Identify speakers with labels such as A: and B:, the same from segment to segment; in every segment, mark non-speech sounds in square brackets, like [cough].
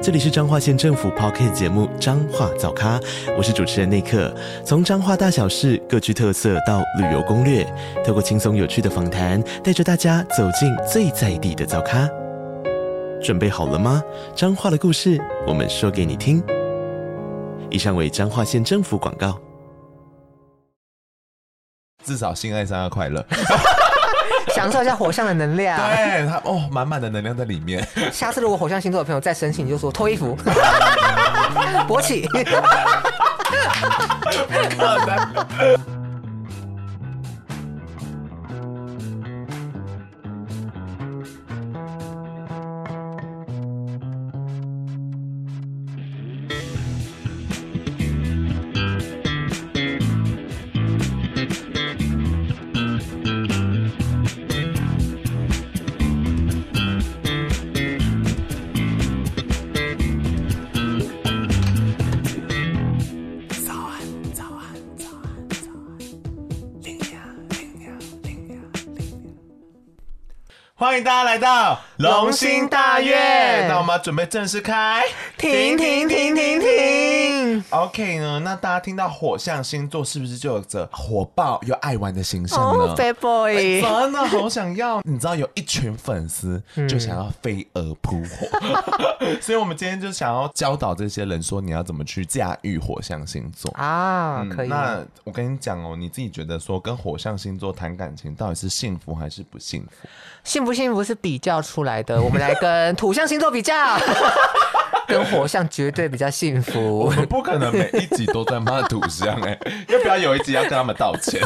A: 这里是彰化县政府 p o c k t 节目《彰化早咖》，我是主持人内克。从彰化大小事各具特色到旅游攻略，透过轻松有趣的访谈，带着大家走进最在地的早咖。准备好了吗？彰化的故事，我们说给你听。以上为彰化县政府广告。
B: 至少性爱上要快
C: [laughs]
B: 乐。
C: 享受一下火象的能量。
B: 对他哦，满满的能量在里
C: [laughs]
B: 面。
C: 下次如果火象星座的朋友再生气，你就说脱衣 [laughs] 服，勃起。
B: 欢迎大家来到
C: 龙兴大院
B: 那我们要准备正式开。
C: 停停停停停！
B: OK 呢？那大家听到火象星座，是不是就有着火爆又爱玩的形象呢哎
C: 哦、b a d boy，
B: 真的好想要，你知道有一群粉丝
C: 嗯
B: 就想要飞蛾扑
C: [laughs]
B: 火，所以我们今天就想要教导这些人说，你要怎么去驾驭火象星座。
C: 啊，
B: 嗯
C: 可以。
B: 那我跟你讲哦，你自己觉得说跟火象星座谈感情到底是幸福还是不幸福？
C: 幸不幸福是比较出来的，我们来跟土象星座 [laughs] 比较，跟火象绝对比较幸
B: [laughs] 我
C: 福。
B: 们不可能每一集都在骂土象 [laughs] 哎、要不要有一集要跟他们道歉？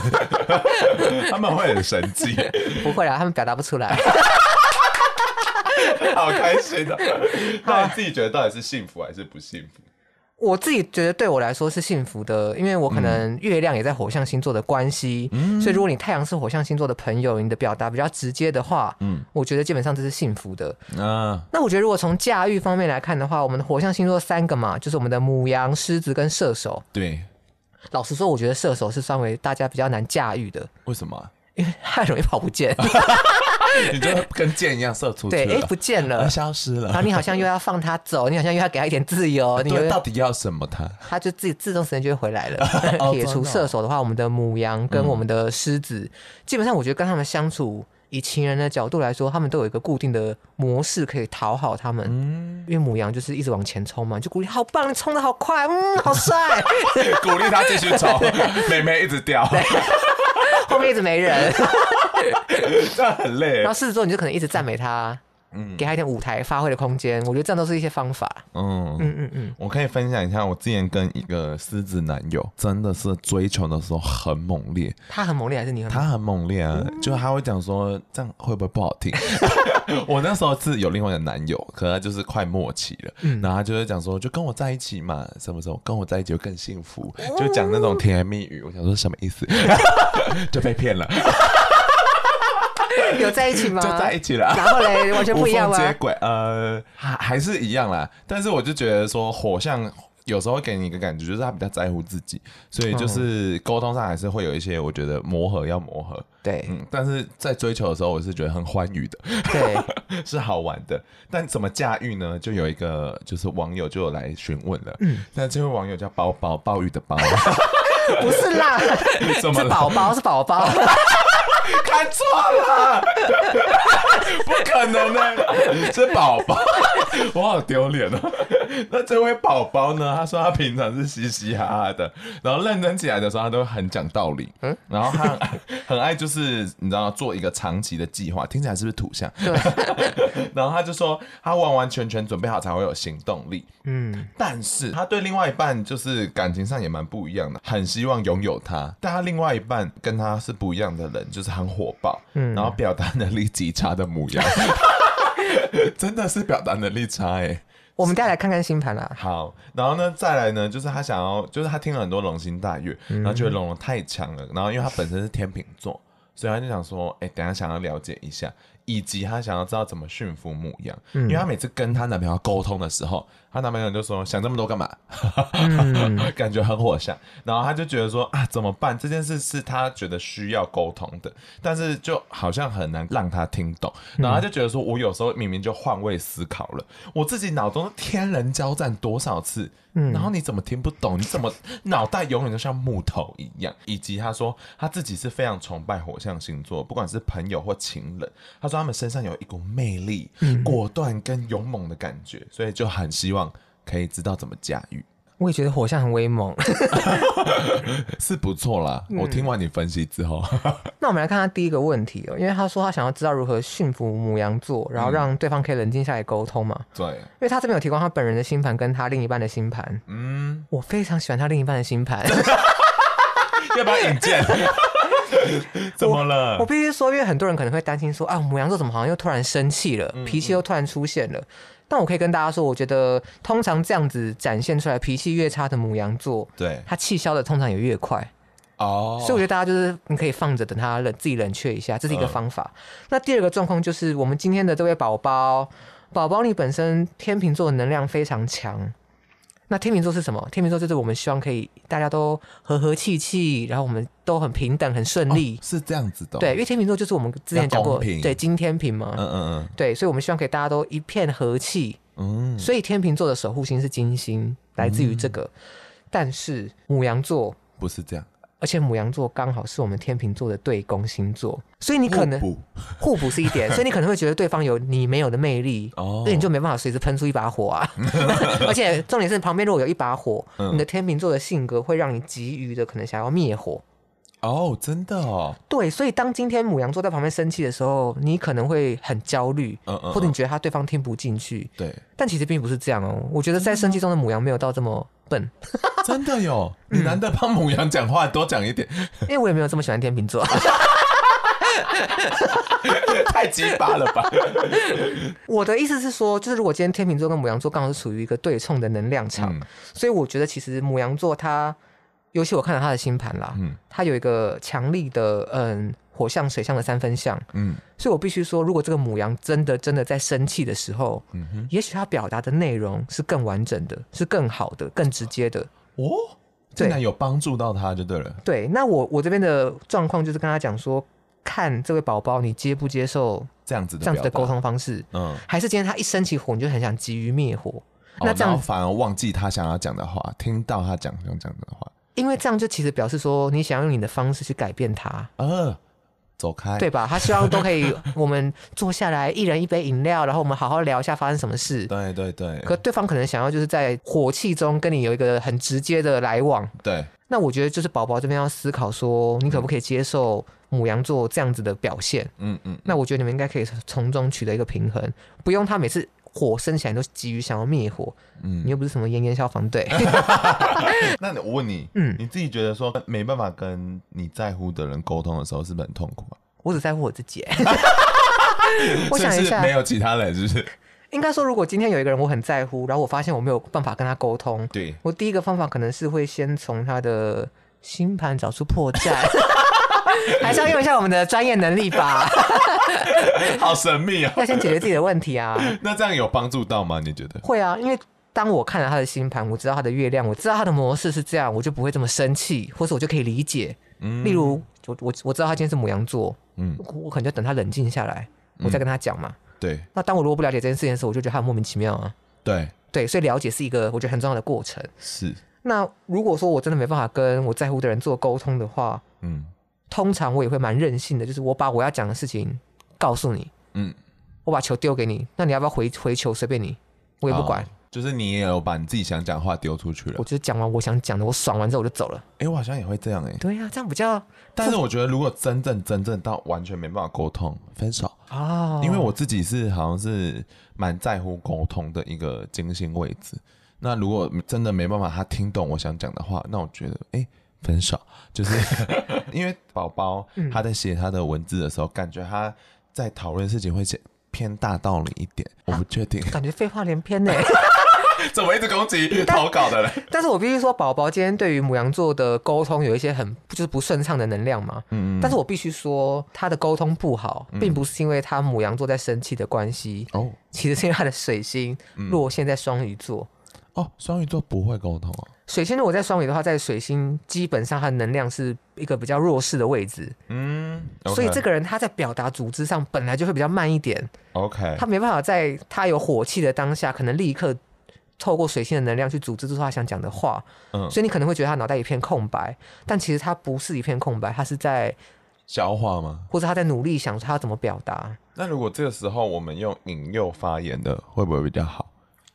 B: [laughs] 他们会很生气，
C: 不会啦，他们表达不出来。
B: 好开心的、那你自己觉得到底是幸福还是不幸福？
C: 我自己觉得对我来说是幸福的，因为我可
B: 嗯
C: 能月亮也在火象星座的关系，所以如果你太阳是火象星座的朋友，你的表达比较直接的话，嗯，我觉得基本上这是幸福的。
B: 啊，
C: 那我觉得如果从驾驭方面来看的话，我们的火象星座三个嘛，就是我们的母羊、狮子跟射手。
B: 对，
C: 老实说，我觉得射手是稍微大家比较难驾驭的，
B: 为什么啊？
C: 因为太容易跑不见，
B: 你就跟箭一样射出
C: [laughs] 对，
B: 去
C: 哎、
B: 了
C: 不，见
B: 啊啊
C: 了。
B: 消失
C: 然后
B: 了。
C: 你好像又要放他走，你好像又要给他一点自
B: [laughs]
C: 由，你又
B: 对，到底要什么他？ [laughs]
C: 它就自己自动时间就会回来了 [laughs]
B: 哦。
C: 撇
B: 真
C: 除
B: 的哦
C: 射手的话，我们的母羊跟我们的狮子，基本上我觉得跟他们相处，以情人的角度来说，他们都有一个固定的模式可以讨好他们。
B: 嗯
C: 因为母羊就是一直往前冲嘛，你就鼓励好棒，你冲的好快，嗯， [laughs] 好帅，
B: 鼓励他继续 [laughs] 走，妹妹一直掉，
C: 后面一直没人。
B: [laughs] 这样很累
C: 然后。狮子座你就可能一直赞美他，给他一点舞台发挥的空间。我觉得这样都是一些方法。
B: 嗯
C: 嗯嗯嗯，
B: 我可以分享一下，我之前跟一个狮子男友，真的是追求的时候很猛烈，
C: 他很猛烈还是你很猛
B: 他很猛烈啊，
C: 嗯
B: 就他会讲说这样会不会不好听？ [laughs] 我那时候是有另外的男友，可他就是快末期了，
C: 嗯
B: 然后他就会讲说就跟我在一起嘛，什么时候跟我在一起会更幸福，
C: 哦
B: 就讲那种甜言蜜语，我想说什么意思？ [laughs] 就被骗了，
C: [laughs] 有在一起吗？
B: [laughs] 就在一起了。
C: 然后嘞，完全不一
B: [laughs]
C: 样
B: 无缝接
C: 吗？
B: 轨，呃，还还是一样啦。但是我就觉得说，火象有时候给你一个感觉，就是他比较在乎自己，所以就是沟通上还是会有一些，我觉得磨合要磨合。
C: 嗯对
B: 嗯，但是在追求的时候，我是觉得很欢愉的， [laughs]
C: 对，
B: 是好玩的。但怎么驾驭呢？就有一个就是网友就有来询问了，嗯，那这位网友叫包包，鲍鱼的
C: [laughs]
B: 包，
C: 不是
B: [laughs]
C: 啦，
B: 怎么
C: 是
B: 了
C: 宝宝，是
B: [laughs]
C: 宝宝。
B: 看错了， [laughs] 不可能呢、是宝宝，我好丢脸哦。那这位宝宝呢？他说他平常是嘻嘻哈哈的，然后认真起来的时候，他都很讲道理，嗯，然后他 [laughs] 很爱就是你知道做一个长期的计划，听起来是不是土象？对。然后他就说他完完全全准备好才会有行动力，
C: 嗯，
B: 但是他对另外一半就是感情上也蛮不一样的，很希望拥有他，但他另外一半跟他是不一样的人，就是很火爆，嗯，然后表达能力极差的模样， [laughs] 真的是表达能力差哎、
C: 我们大家来看看星盘啦。
B: 好，然后呢，再来呢，就是他想要，就是他听了很多龙心大悦，然后觉得龙龙太强了，然后因为他本身是天秤座，所以他就想说，哎、等一下想要了解一下，以及他想要知道怎么驯服母羊，因为她每次跟她男朋友沟通的时候，她男朋友就说想这么多干嘛？ [laughs] 感觉很火象，然后她就觉得说啊怎么办？这件事是她觉得需要沟通的，但是就好像很难让她听懂，然后她就觉得说，我有时候明明就换位思考了，我自己脑中天人交战多少次，
C: 嗯
B: 然后你怎么听不懂？你怎么脑袋永远都像木头一样？以及她说她自己是非常崇拜火象星座，不管是朋友或情人，她说他们身上有一股魅力、
C: 嗯
B: 果断跟勇猛的感觉，所以就很希望可以知道怎么驾驭。 [laughs]
C: 我也觉得火象很威猛。 [laughs]
B: 是不错啦。
C: 嗯
B: 我听完你分析之
C: [laughs]
B: 后，
C: 那我们来看他第一个问题哦，因为他说他想要知道如何驯服母羊座，然后让对方可以冷静下来沟通嘛。
B: 对，
C: 因为他这边有提供他本人的星盘跟他另一半的星盘，
B: 嗯，
C: 我非常喜欢他另一半的
B: [laughs]
C: 星盘。
B: 要不要引
C: [laughs]
B: 荐？怎么了
C: 我？必须说，因为很多人可能会担心说啊，母羊座怎么好像又突然生气了，
B: 嗯
C: 脾气又突然出现了。但我可以跟大家说，我觉得通常这样子展现出来脾气越差的母羊座，
B: 对，
C: 他气消的通常也越快。
B: 哦，
C: 所以我觉得大家就是你可以放着，等他冷自己冷却一下，这是一个
B: 嗯
C: 方法。那第二个状况就是我们今天的这位宝宝，宝宝你本身天秤座的能量非常强。那天秤座是什么？天秤座就是我们希望可以大家都和和气气，然后我们都很平等、很顺利。
B: 是这样子的哦，
C: 对，因为天秤座就是我们之前讲
B: 要
C: 过，
B: 公平
C: 对金天平嘛，
B: 嗯，嗯
C: 对，所以我们希望给大家都一片和气。
B: 嗯嗯，
C: 所以天秤座的守护星是金星，来自于这个。
B: 嗯
C: 但是母羊座，
B: 不是这样，
C: 而且母羊座刚好是我们天秤座的对宫星座，所以你可能
B: 互补
C: 互补是
B: [laughs]
C: 一点，所以你可能会觉得对方有你没有的魅力。
B: 哦，
C: 那你就没办法随时喷出一把火
B: [laughs]
C: 啊！而且重点是，旁边如果有一把火，
B: 嗯
C: 你的天秤座的性格会让你急于的可能想要灭火，
B: 哦，真的哦，
C: 对，所以当今天母羊座在旁边生气的时候，你可能会很焦虑，
B: 嗯嗯，
C: 或者你
B: 嗯
C: 觉得他对方听不进去，
B: 对，
C: 但其实并不是这样哦。我觉得在生气中的母羊没有到这么
B: [laughs]
C: 笨，
B: 真的有，
C: 嗯
B: 你难得帮母羊讲话多讲一
C: [laughs]
B: 点，
C: 因为我也没有这么喜欢天秤座。
B: 太鸡巴了吧？
C: 我的意思是说，就是如果今天天秤座跟母羊座刚好是处于一个对冲的能量场，
B: 嗯
C: 所以我觉得其实母羊座它，尤其我看了他的星盘啦，
B: 嗯
C: 它有一个强力的嗯火象、水象的三分象，
B: 嗯
C: 所以我必须说，如果这个母羊真的真的在生气的时候，
B: 嗯哼，
C: 也许他表达的内容是更完整的，是更好的、更直接的。
B: 哦，
C: 对
B: 竟然有帮助到他就对了，
C: 对，那我我这边的状况就是跟他讲说，看这位宝宝你接不接受
B: 这样子的
C: 这样子的
B: 表达
C: 沟，通方式，
B: 嗯。
C: 还是今天他一生起火你就很想急于灭火？
B: 哦
C: 那这
B: 然
C: 样
B: 后，反而忘记他想要讲的话，听到他讲想讲的话，
C: 因为这样就其实表示说你想用你的方式去改变他，
B: 呃，走开，
C: 对吧？他希望都可以，我们坐下来，一人一杯饮料，然后我们好好聊一下发生什么事。
B: 对对对
C: 可对方可能想要就是在火气中跟你有一个很直接的来往，
B: 对，
C: 那我觉得就是宝宝这边要思考说，你可不可以接受母羊座这样子的表现？
B: 嗯嗯，
C: 那我觉得你们应该可以从中取得一个平衡，不用他每次火升起来都急于想要灭火。
B: 嗯哎
C: 你又不是什么炎炎消
B: [laughs]
C: 防队， [laughs]
B: 那我问你，
C: 嗯
B: 你自己觉得说没办法跟你在乎的人沟通的时候，是不是很痛苦啊？
C: 我只在乎我自己。我想
B: 是
C: 一
B: 不是
C: 下
B: 没，有其他人，是不是？
C: 应该说，如果今天有一个人我很在乎，然后我发现我没有办法跟他沟通，
B: 对，
C: 我第一个方法可能是会先从他的星盘找出破绽， [laughs] 还是要用一下我们的专业能力吧， [laughs]
B: [laughs] 好神秘哦。
C: 要先解决自己的问题啊。
B: 那这样有帮助到吗？你觉得？
C: 会啊，因为当我看了他的星盘，我知道他的月亮，我知道他的模式是这样，我就不会这么生气，或是我就可以理解。
B: 嗯
C: 例如，我我我知道他今天是母羊座，
B: 嗯，
C: 我我可能就等他冷静下来，我再跟他讲嘛。
B: 对
C: 那当我如果不了解这件事情的时候，我就觉得他很莫名其妙啊。
B: 对，
C: 对，所以了解是一个我觉得很重要的过程。
B: 是，
C: 那如果说我真的没办法跟我在乎的人做沟通的话，
B: 嗯
C: 通常我也会蛮任性的，就是我把我要讲的事情告诉你，
B: 嗯，
C: 我把球丢给你，那你要不要回回球随便你，我也不管
B: 哦，就是你也有把你自己想讲的话丢出去了
C: 我。就是讲完我想讲的，我爽完之后我就走了。
B: 哎，我好像也会这样哎。
C: 对呀、啊这样比较
B: 但是我觉得，如果真正真正到完全没办法沟通，分手。
C: 啊，
B: 因为我自己是好像是蛮在乎沟通的一个金星位置。那如果真的没办法，他听懂我想讲的话，那我觉得，哎、分手，就是 [laughs] 因为宝宝
C: 嗯
B: 他在写他的文字的时候，感觉他在讨论事情会写偏大道理一点，我不确定。
C: 感觉废话连篇呢。
B: [laughs] 怎么一直攻击投稿的人？
C: 但是我必须说，宝宝今天对于母羊座的沟通有一些很就是不顺畅的能量嘛。
B: 嗯
C: 但是我必须说，他的沟通不好，并不是因为他母羊座在生气的关系，
B: 哦
C: 其实是因为他的水星
B: 嗯
C: 落陷在双鱼座。
B: 哦，双鱼座不会沟通哦。
C: 水星如果在双鱼的话，在水星基本上它的能量是一个比较弱势的位置，
B: 嗯，
C: 所以这个人他在表达组织上本来就会比较慢一点，
B: OK，
C: 他没办法在他有火气的当下，可能立刻透过水星的能量去组织出他想讲的话，
B: 嗯
C: 所以你可能会觉得他脑袋一片空白，但其实他不是一片空白，他是在
B: 消化吗？
C: 或者他在努力想他要怎么表达。
B: 那如果这个时候我们用引诱发言的，会不会比较好？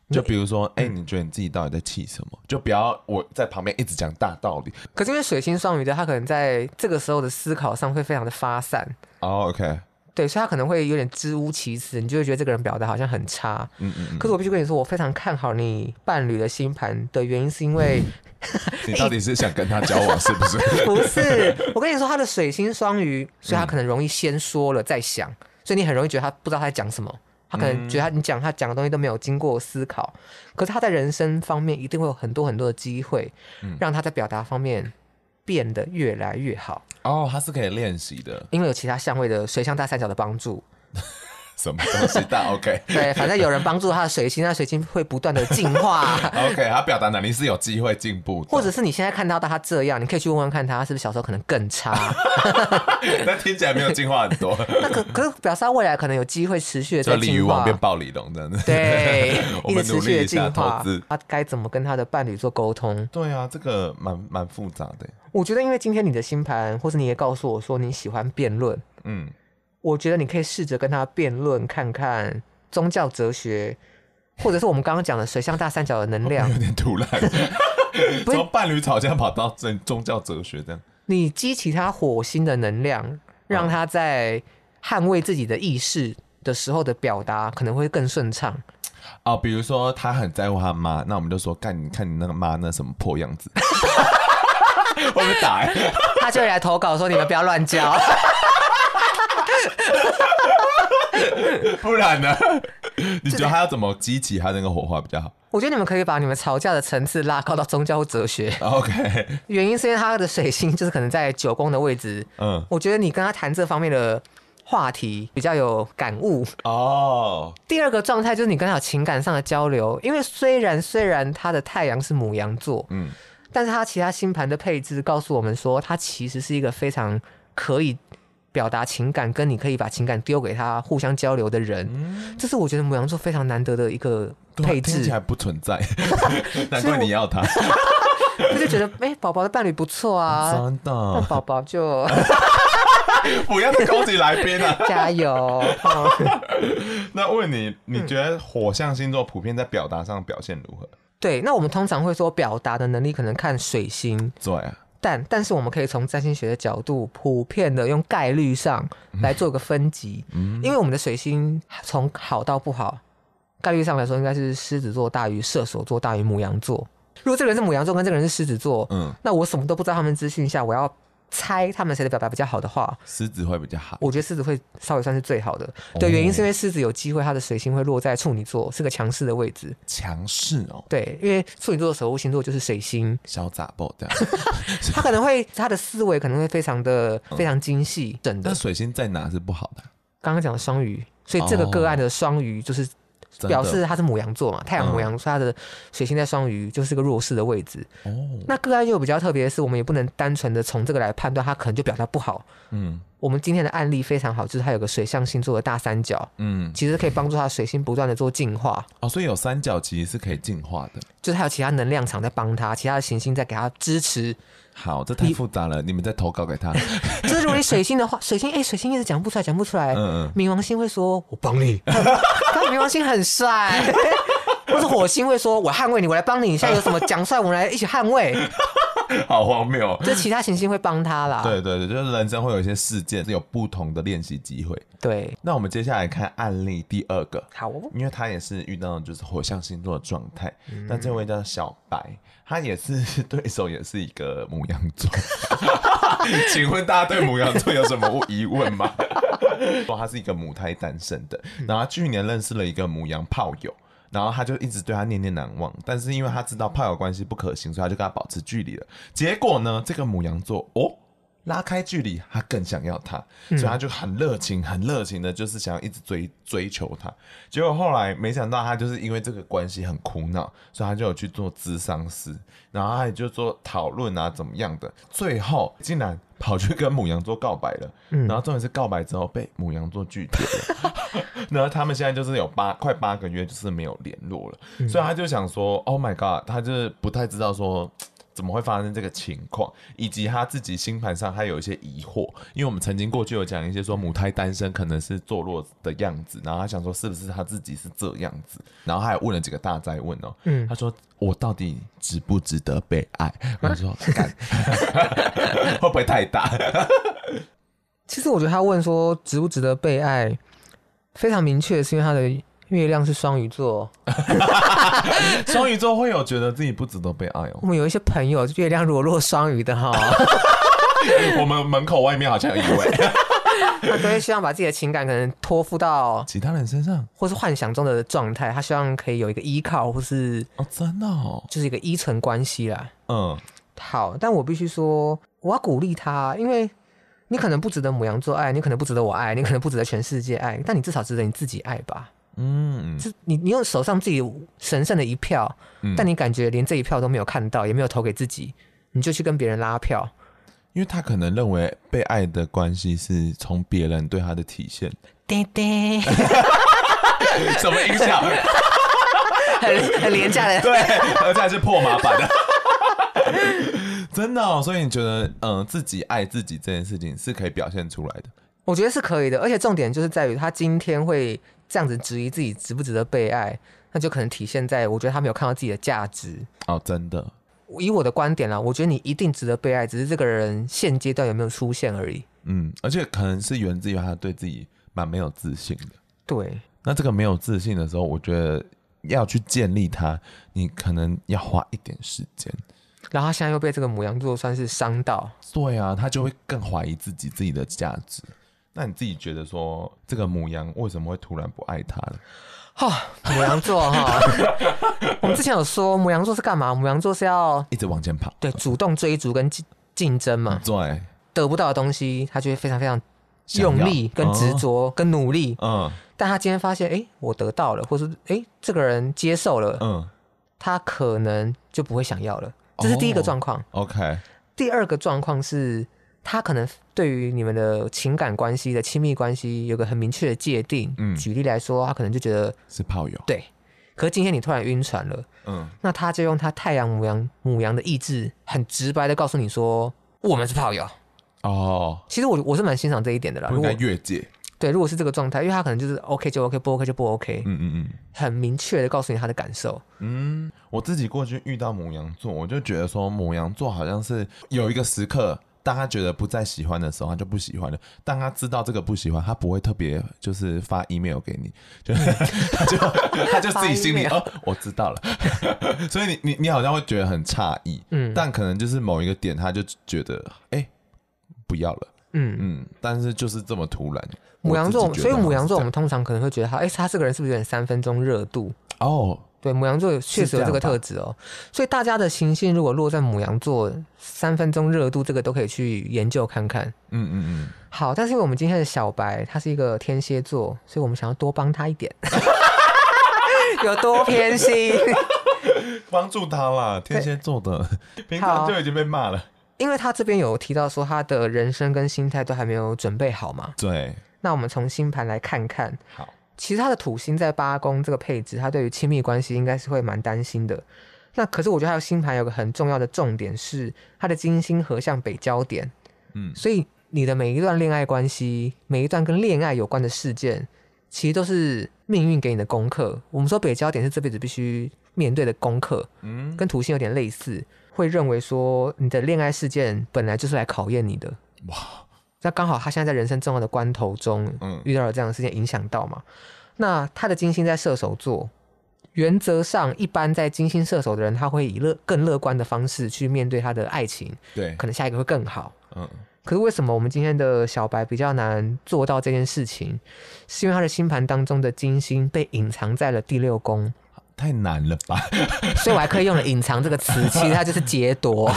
B: 就比如说，
C: 嗯
B: 哎、你觉得你自己到底在气什么？就不要我在旁边一直讲大道理。
C: 可是因为水星双鱼的他可能在这个时候的思考上会非常的发散，
B: 哦、o k
C: 对，所以他可能会有点支吾其词，你就会觉得这个人表达好像很差。
B: 嗯嗯
C: 可是我必须跟你说，我非常看好你伴侣的星盘的原因，是因为
B: 嗯，你到底是想跟他交往是不
C: [laughs]
B: 是？
C: 不是我跟你说，他的水星双鱼，所以他
B: 嗯
C: 可能容易先说了再想，所以你很容易觉得他不知道他在讲什么，他可
B: 嗯
C: 能觉得他你讲他讲的东西都没有经过思考。可是他在人生方面一定会有很多很多的机会，
B: 嗯
C: 让他在表达方面变得越来越好，
B: 哦他是可以练习的，
C: 因为有其他相位的水象大三角的帮助。
B: 什么东西
C: [laughs]
B: 大 OK
C: 对，反正有人帮助他的水星，那水星会不断的进化。
B: [laughs] OK，他表达能力是有机会进步的，[laughs]
C: 或者是你现在看到他这样，你可以去问问看他是不是小时候可能更
B: [laughs]
C: 差，
B: 但听起来没有进化很
C: [laughs]
B: 多，
C: 那可可是表示他未来可能有机会持续的
B: 就
C: 在
B: 鲤鱼
C: 进
B: 王
C: 化。
B: 变暴鲤龙这样子。，
C: 对
B: [laughs] 我
C: 一直
B: 们努
C: 持续
B: 力
C: 的
B: 一下
C: 进
B: 投
C: 化
B: 资。。
C: 他该怎么跟他的伴侣做沟通？
B: 对啊，这个蛮蛮复杂的。
C: 我觉得，因为今天你的星盘，或是你也告诉我说你喜欢辩论，
B: 嗯，
C: 我觉得你可以试着跟他辩论，看看宗教哲学，或者是我们刚刚讲的水象大三角的能量
B: 有。点突
C: [laughs]
B: 然，
C: 不是
B: 从伴侣吵架跑到宗宗教哲学这样。
C: 你激起他火星的能量，让他在捍卫自己的意识的时候的表达可能会更顺畅。 [laughs]
B: 哦，比如说他很在乎他妈，那我们就说干，你看你那个妈那什么破样
C: [laughs]
B: 子，会不会打、欸？
C: 他就会来投稿说你们不要乱教。 [laughs]
B: 不然呢？你觉得他要怎么激起他那个火花比较好
C: 我觉得你们可以把你们吵架的层次拉高到宗教或哲学，
B: ？OK，
C: 原因是因为他的水星就是可能在九宫的位置。
B: 嗯，
C: 我觉得你跟他谈这方面的话题比较有感悟。
B: 哦，
C: 第二个状态就是你跟他有情感上的交流，因为虽然虽然他的太阳是母羊座，
B: 嗯，
C: 但是他其他星盘的配置告诉我们说，他其实是一个非常可以表达情感，跟你可以把情感丢给他互相交流的人。这是我觉得母羊座非常难得的一个
B: 嗯对啊
C: 配
B: 听起
C: 置
B: 来，不存
C: [laughs]
B: 在，难怪你要他，
C: 他就觉得哎，宝宝的伴侣不错啊，
B: 真
C: 那
B: 的，
C: 宝宝就
B: 不要再攻击来宾
C: [laughs]
B: 了。
C: 加
B: [laughs]
C: 油。哦
B: 那问你，你
C: 嗯
B: 觉得火象星座普遍在表达上表现如何？
C: 对，那我们通常会说表达的能力可能看水星，
B: 对啊，
C: 但但是我们可以从占星学的角度，普遍的用概率上来做个分级，因为我们的水星从好到不好，概率上来说应该是狮子座大于射手座大于母羊座。如果这个人是母羊座，跟这个人是狮子座，
B: 嗯，
C: 那我什么都不知道他们资讯下，我要猜他们谁的表达比较好的话，
B: 狮子会比较好。
C: 我觉得狮子会稍微算是最好的。对，原因是因为狮子有机会，他的水星会落在处女座，是个强势的位置。
B: 强势哦，
C: 对，因为处女座的守护星座就是水星，
B: 小杂爆 [laughs] 这样。
C: 他可能会他的思维可能会非常的
B: 嗯
C: 非常精细，整的
B: 但。水星在哪是不好的，
C: 刚刚讲的双鱼，所以这个个案的双鱼就是
B: 哦真的嗯
C: 表示他是母羊座嘛，太阳母羊，所以他的水星在双鱼就是个弱势的位置。
B: 哦，
C: 那个案又比较特别的是，我们也不能单纯的从这个来判断他可能就表达不好。
B: 嗯
C: 我们今天的案例非常好，就是他有个水象星座的大三角，
B: 嗯，
C: 其实可以帮助他的水星不断的做进化，
B: 哦，所以有三角其实是可以进化的。
C: 就是还有其他能量场在帮他，其他的行星在给他支持。
B: 好，这太复杂了，你们再投稿给 [laughs] 他。
C: 就是如果你水星的话，水星哎、水星一直讲不出来，讲不出来，
B: 嗯嗯，
C: 冥王星会说“我帮你”，他冥王星很帅， [laughs] 或是火星会说“我捍卫你，我来帮你”，你现在有什么讲出来，我们来一起捍卫。
B: 好荒谬哦。
C: 就其他行星会帮他
B: [laughs]
C: 啦。
B: 对对对，就是人生会有一些事件是有不同的练习机会。
C: 对，
B: 那我们接下来看案例第二个，
C: 好哦，
B: 因为他也是遇到就是火象星座的状态，但这位叫小白，他也是 [laughs] 对手也是一个母羊座。请问大家对母羊座有什么疑问吗？ [laughs] 说他是一个母胎单身的，然后他去年认识了一个母羊炮友。然后他就一直对他念念难忘。但是因为他知道炮友关系不可行，所以他就跟他保持距离了。结果呢，这个母羊座哦。拉开距离，他更想要他，所以他就很热情、很热情的，就是想要一直追追求他。结果后来没想到，他就是因为这个关系很苦恼，所以他就有去做咨商师，然后他也就做讨论啊怎么样的，最后竟然跑去跟母羊座告白了。然后重点是告白之后被母羊座拒绝了， [laughs] 然后他们现在就是有八快八个月就是没有联络了，所以他就想说，Oh my god，他就是不太知道说。怎么会发生这个情况，以及他自己星盘上他有一些疑惑，因为我们曾经过去有讲一些说母胎单身可能是堕落的样子，然后他想说是不是他自己是这样子，然后他还问了几个大灾问哦，
C: 嗯
B: 他说我到底值不值得被爱？我就说干会不会太大？
C: 其实我觉得他问说值不值得被爱，非常明确，是因为他的月亮是双鱼座。
B: 双鱼座会有觉得自己不值得被爱
C: 我 [laughs]
B: 哦，
C: 们有一些朋友月亮如果落双鱼的 [laughs] 哈，
B: 我们门口外面好像有一位，
C: 他都会希望把自己的情感可能托付到
B: 其他人身上
C: 或是幻想中的状态，他希望可以有一个依靠，或是
B: 哦，真的哦，
C: 就是一个依存关系啦。
B: 嗯
C: 好，但我必须说，我要鼓励他，因为你可能不值得母羊座爱，你可能不值得我爱，你可能不值得全世界爱，但你至少值得你自己爱吧。
B: 嗯，
C: 是你你用手上自己神圣的一票，
B: 嗯
C: 但你感觉连这一票都没有看到，也没有投给自己，你就去跟别人拉票。
B: 因为他可能认为被爱的关系是从别人对他的体现，
C: 爹爹，
B: [laughs] 什么影响？
C: 很很 [laughs] 廉价
B: [laughs]
C: 的。
B: 对，而且还是破马版的。 [laughs] 真的、哦，所以你觉得，嗯、自己爱自己这件事情是可以表现出来的。
C: 我觉得是可以的，而且重点就是在于他今天会这样子质疑自己值不值得被爱，那就可能体现在我觉得他没有看到自己的价值。
B: 哦，真的，
C: 以我的观点啦，我觉得你一定值得被爱，只是这个人现阶段有没有出现而已。
B: 嗯，而且可能是源自于他对自己蛮没有自信的。
C: 对，
B: 那这个没有自信的时候，我觉得要去建立它，你可能要花一点时间。
C: 然后他现在又被这个母羊座算是伤到，
B: 对啊，他就会更怀疑自己自己的价值。那你自己觉得说，这个母羊为什么会突然不爱他了？
C: 哈、母羊
B: [laughs]
C: 座哈、我们之前有说母羊座是干嘛？母羊座是要
B: 一直往前跑，
C: 对主动追逐跟竞竞争嘛，
B: 对，
C: 得不到的东西，他就会非常非常
B: 嗯想要哦
C: 用力、跟执着、跟努力。
B: 嗯
C: 但他今天发现，哎，我得到了，或是哎，这个人接受了，
B: 嗯
C: 他可能就不会想要了。这是第一个
B: 哦
C: 状况。
B: ，OK，
C: 第二个状况是，他可能对于你们的情感关系的亲密关系有个很明确的界定。
B: 嗯
C: 举例来说，他可能就觉得
B: 是炮友，
C: 对，可是今天你突然晕船了，
B: 嗯，
C: 那他就用他太阳母羊母羊的意志，很直白的告诉你说，我们是炮友。
B: 哦，
C: 其实我我是蛮欣赏这一点的啦。
B: 不
C: 如
B: 应
C: 果
B: 该越界，
C: 对，如果是这个状态，因为他可能就是 OK 就 OK，不 OK 就不 OK，、
B: 嗯嗯嗯
C: 很明确的告诉你他的感受。
B: 嗯，我自己过去遇到母羊座，我就觉得说母羊座好像是有一个时刻。当他觉得不再喜欢的时候，他就不喜欢了。当他知道这个不喜欢，他不会特别就是发 email 给你，就 [laughs] 他就他就自己心里
C: 发 email
B: 哦，我知道了。所以你你你好像会觉得很诧异，
C: 嗯
B: 但可能就是某一个点，他就觉得哎、不要了，
C: 嗯，
B: 嗯，但是就是这么突然。
C: 母羊座，
B: 我自己觉
C: 所
B: 得啊
C: 以母羊座我
B: 好像
C: 们通常可能会觉得他，哎、他这个人是不是有点三分钟热度？
B: 是这样哦，
C: 对，母羊座有确
B: 是
C: 实
B: 这
C: 有这
B: 样
C: 个
B: 吧
C: 特质哦，所以大家的行星如果落在母羊座，三分钟热度这个都可以去研究看看。
B: 嗯嗯嗯，
C: 好，但是因为我们今天的小白他是一个天蝎座，所以我们想要多帮他一点， [laughs] 有多偏心， [laughs]
B: 帮助他啦，天蝎座的，平常就已经被骂了。
C: 因为他这边有提到说他的人生跟心态都还没有准备好嘛，
B: 对，
C: 那我们从星盘来看看，
B: 好，
C: 其实他的土星在八宫这个配置，他对于亲密关系应该是会蛮担心的。那可是我觉得他的星盘有个很重要的重点是，他的金星合向北焦点，
B: 嗯
C: 所以你的每一段恋爱关系，每一段跟恋爱有关的事件，其实都是命运给你的功课。我们说北焦点是这辈子必须面对的功课，
B: 嗯，
C: 跟土星有点类似，会认为说你的恋爱事件本来就是来考验你的。
B: 哇，
C: 那刚好他现在在人生重要的关头中，
B: 嗯
C: 遇到了这样的事情影响到嘛。那他的金星在射手座，原则上一般在金星射手的人，他会以乐更乐观的方式去面对他的爱情，
B: 对，
C: 可能下一个会更好。
B: 嗯，
C: 可是为什么我们今天的小白比较难做
B: [laughs]
C: 到这件事情？是因为他的星盘当中的金星被隐藏在了第六宫，
B: 太难了吧？
C: 所以我还刻意用了“隐藏”这个词，其实它就是劫
B: [laughs]
C: 夺。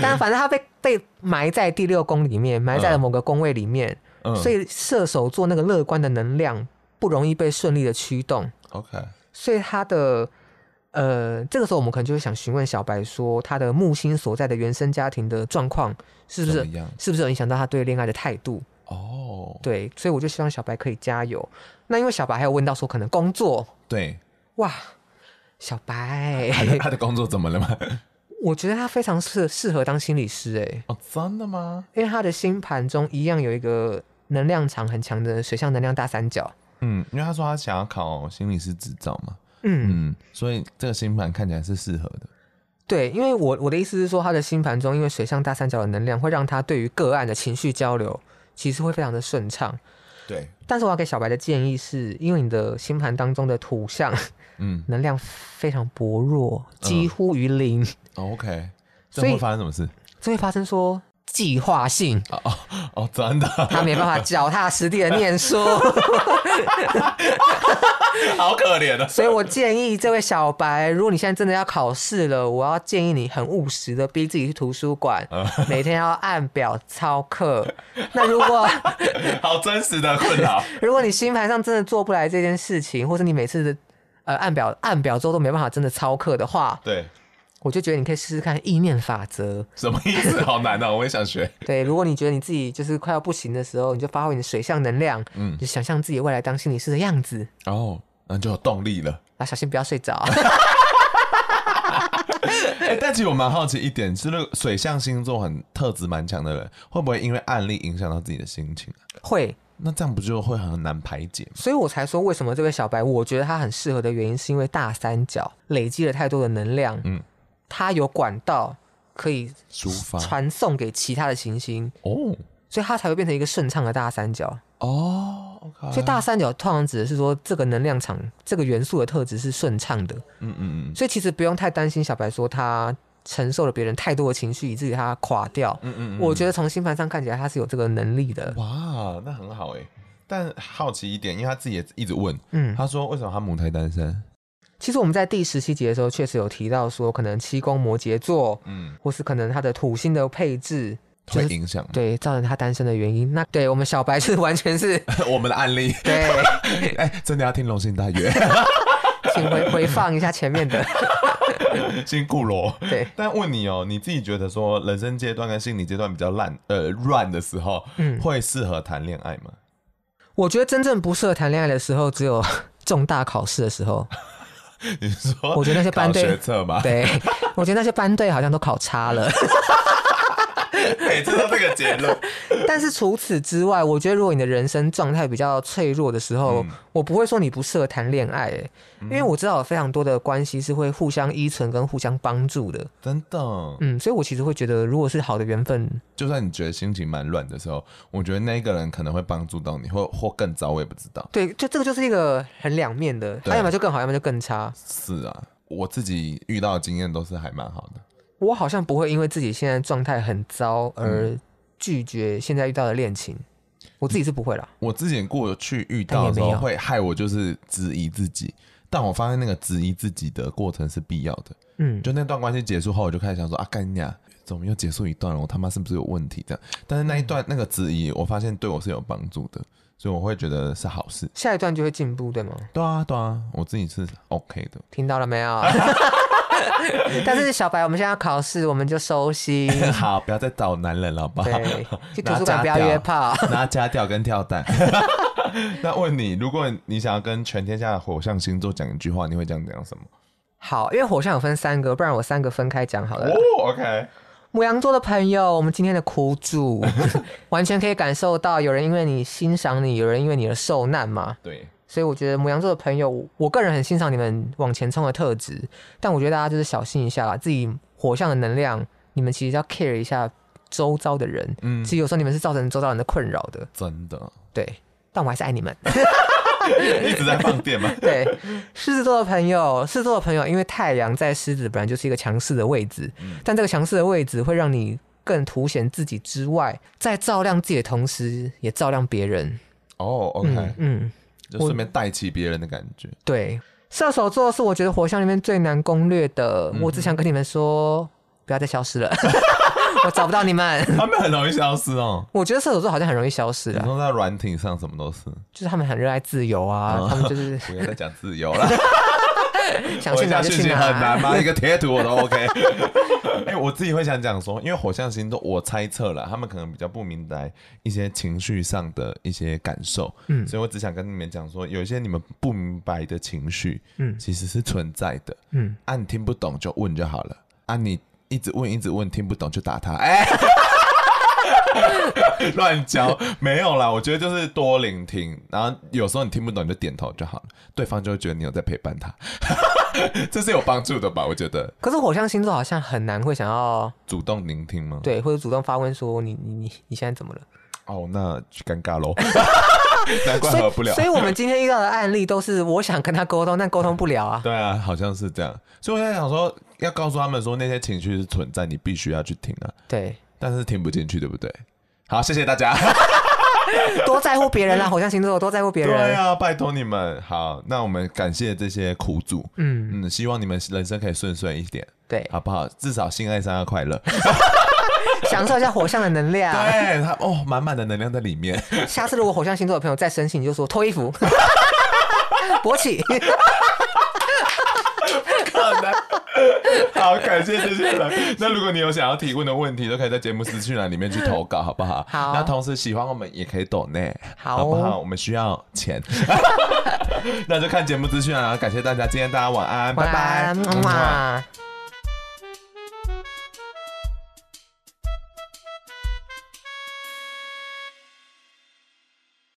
C: 但反正它被被埋在第六宫里面，埋在了某个宫位里面，
B: 嗯，
C: 所以射手座那个乐观的能量不容易被顺利的驱动，
B: OK，
C: 所以他的。呃，这个时候我们可能就会想询问小白说，他的木星所在的原生家庭的状况是不
B: 怎
C: 是
B: 么样？
C: 是不是有影响到他对恋爱的态度？
B: 哦，
C: 对，所以我就希望小白可以加油。那因为小白还有问到说，可能工作
B: 对，
C: 哇，小
B: [laughs]
C: 白，
B: 他的他的工作怎么了吗？
C: 我觉得他非常适适合当心理师诶，
B: 哦，真的吗？
C: 因为他的星盘中一样有一个能量场很强的水象能量大三角。
B: 嗯，因为他说他想要考心理师执照嘛，
C: 嗯，
B: 嗯，所以这个星盘看起来是适合的。
C: 对，因为我我的意思是说，他的星盘中因为水象大三角的能量，会让他对于个案的情绪交流其实会非常的顺畅。
B: 对，
C: 但是我要给小白的建议是，因为你的星盘当中的土象
B: 嗯
C: 能量非常薄弱，几乎于零，
B: 哦，OK，这
C: 所以
B: 会发生什么事？
C: 这会发生说计划性，
B: 哦哦哦，真的， [laughs]
C: 他没办法脚踏实地的念书， [laughs]
B: 好可怜啊的。
C: 所以我建议这位小白，如果你现在真的要考试了，我要建议你很务实的逼自己去图书馆，每天要按表操课。那如果
B: 好真实的困扰。
C: 如果你星盘上真的做不来这件事情，或是你每次的呃按表按表之后都没办法真的操课的话，
B: 对，
C: 我就觉得你可以试试看意念法则。
B: 什么意思？好难哦，我也想学。
C: 对，如果你觉得你自己就是快要不行的时候，你就发挥你的水象能量，
B: 嗯
C: 嗯，就想象自己未来当心理师的样子，
B: 哦，那就有动力了。
C: 然后小心不要睡 [laughs] 着。
B: [laughs] 哎、但其实我蛮好奇一点，是那个水象星座很特质蛮强的人，会不会因为案例影响到自己的心情啊？
C: 会，
B: 那这样不就会很难排解吗？
C: 所以我才说为什么这位小白，我觉得他很适合的原因，是因为大三角累积了太多的能量，
B: 嗯
C: 嗯，他有管道可以
B: 抒发
C: 传送给其他的行星，
B: 哦
C: 所以他才会变成一个顺畅的大三角。
B: 哦，OK，
C: 所以大三角通常指的是说，这个能量场这个元素的特质是顺畅的，
B: 嗯嗯嗯
C: 所以其实不用太担心小白说他承受了别人太多的情绪，以至于他垮掉。
B: 嗯嗯嗯，嗯
C: 我觉得从星盘上看起来，他是有这个能力的。
B: 哇，那很好哎、但好奇一点，因为他自己也一直问，
C: 嗯，
B: 他说为什么他母胎单身？
C: 其实我们在第十七集的时候，确实有提到说，可能七宫摩羯座，
B: 嗯，
C: 或是可能他的土星的配置，就
B: 会
C: 是
B: 影响吗
C: 对造成他单身的原因。那对我们小白是完全是。
B: [laughs] 我们的案例
C: 对，
B: 哎、真的要听龙信大 [laughs] 约，
C: 请回回放一下前面的。
B: 辛苦罗。
C: 对，
B: 但问你哦，你自己觉得说人生阶段跟心理阶段比较烂呃乱的时候，
C: 嗯
B: 会适合谈恋爱吗？ [laughs]
C: 我觉得真正不适合谈恋爱的时候，只有重大考试的时候。
B: 你说，
C: 我觉得那些班队
B: 学测嘛， [laughs]
C: 对，我觉得那些班队好像都考差了。
B: 每次都哎这个结
C: [laughs]
B: 论。
C: 但是除此之外，我觉得如果你的人生状态比较脆弱的时
B: 嗯
C: 候，我不会说你不适合谈恋爱、欸，因为我知道有非常多的关系是会互相依存跟互相帮助的。
B: 真的，哦
C: 嗯，所以我其实会觉得，如果是好的缘分，
B: 就算你觉得心情蛮乱的时候，我觉得那个人可能会帮助到你，或或更糟，我也不知道。
C: 对，就这个就是一个很两面的，
B: 对
C: 它要么就更好，要么就更差。
B: 是啊，我自己遇到的经验都是还蛮好的。
C: 我好像不会因为自己现在状态很糟
B: 嗯
C: 而拒绝现在遇到的恋情，我自己是不会啦。
B: 我之前过去遇到的时
C: 但也
B: 候，
C: 没有
B: 会害我就是质疑自己，但我发现那个质疑自己的过程是必要的。
C: 嗯，
B: 就那段关系结束后，我就开始想说啊，干你啊，怎么又结束一段了？我他妈是不是有问题？这样，但是那一段那个质疑，我发现对我是有帮助的，所以我会觉得是好事。
C: 下一段就会进步，对吗？
B: 对啊，对啊，我自己是 OK
C: [laughs]
B: 的。
C: 听到了没有？但是小白，我们现在要考试，我们就收 [laughs] 心。
B: 好， [laughs] 不要再找男人了，好不好？ [laughs]
C: 对，去图
B: 拿
C: 书馆
B: 家
C: 不要
B: 调
C: 约炮。
B: [laughs] 拿家调跟跳蛋。 [laughs] 那问你，如果你想要跟全天下的火象星座讲一句话，你会讲讲什么？
C: 好，因为火象有分三个，不然我三个分开讲好了。
B: 哦，OK，
C: 母羊座的朋友，我们今天的苦主， [laughs] 完全可以感受到有人因为你欣赏你，有人因为你而受难嘛。
B: 对，
C: 所以我觉得母羊座的朋友，我个人很欣赏你们往前冲的特质，但我觉得大家就是小心一下啦，自己火象的能量，你们其实要 care 一下周遭的人。
B: 嗯
C: 其，实有时候你们是造成周遭人的困扰的，
B: 真的
C: 对。但我还是爱你们。 [laughs]
B: 一直在放电吗？ [laughs]
C: 对，狮子座的朋友，狮子座的朋友，因为太阳在狮子本来就是一个强势的位置，但这个强势的位置会让你更凸显自己之外，在照亮自己的同时，也照亮别人。
B: 哦，OK，
C: 嗯嗯，
B: 就顺便带起别人的感觉。
C: 对。射手座是我觉得火象里面最难攻略的。我只想跟你们说，不要再消失了， [laughs] 我找不到你们。
B: 他们很容易消失哦。
C: 我觉得射手座好像很容易消失
B: 你
C: 啊，
B: 说在软体上什么都是，
C: 就是他们很热爱自由啊，他们就是 [laughs]
B: 不要再讲自由了。
C: 想
B: 我
C: 去
B: 一
C: 哪啊
B: 下
C: 就
B: 讯
C: 去
B: 息很
C: 哪。
B: 难
C: [laughs]
B: 吗？一个贴图我都 OK。哎、我自己会想讲说，因为火象星座，我猜测了，他们可能比较不明白一些情绪上的一些感受，嗯，所以我只想跟你们讲说，有一些你们不明白的情绪，嗯，其实是存在的，
C: 嗯
B: 嗯，啊，你听不懂就问就好了，啊，你一直问一直问，听不懂就打他，哎、 [laughs] 乱教没有啦，我觉得就是多聆听，然后有时候你听不懂你就点头就好了，对方就会觉得你有在陪伴他， [laughs] 这是有帮助的吧？我觉得
C: 可是火象星座好像很难会想要
B: 主动聆听吗？，
C: 对，或者主动发问说你你你你现在怎么了？
B: 哦，那就尴尬
C: [laughs]
B: 喽，难怪合不了
C: 所以。所以我们今天遇到的案例都是我想跟他沟通，但沟通不
B: [laughs]
C: 了啊。
B: 对啊，好像是这样，所以我在想说，要告诉他们说那些情绪是存在，你必须要去听啊，
C: 对，
B: 但是听不进去，对不对？好，谢谢大家。
C: 多在乎别人啊啦，火象星座多在乎别
B: 对
C: 人。
B: 啊，拜托你们。好，那我们感谢这些苦主，
C: 嗯，
B: 嗯，希望你们人生可以顺遂一点。
C: 对，
B: 好不好？至少性爱上要
C: [laughs]
B: 快乐。
C: 享受一下火象的能量。啊
B: 对啊他哦，满满的能量在里面。 [laughs]
C: 下次如果火象星座的朋友再生气，你就说脱衣服， [laughs] 勃起。
B: 好
C: [laughs]
B: 的，好，感谢这些人。那如果你有想要提问的问题，都可以在节目资讯栏里面去投稿，好不好？
C: 好
B: 那同时喜欢我们也可以抖内，
C: 好
B: 好不好？我们需要
C: [laughs]
B: 钱。 [laughs] 那就看节目资讯栏了。感谢大家，今天大家晚安，
C: 晚
B: 拜拜嗯
C: 安，。么。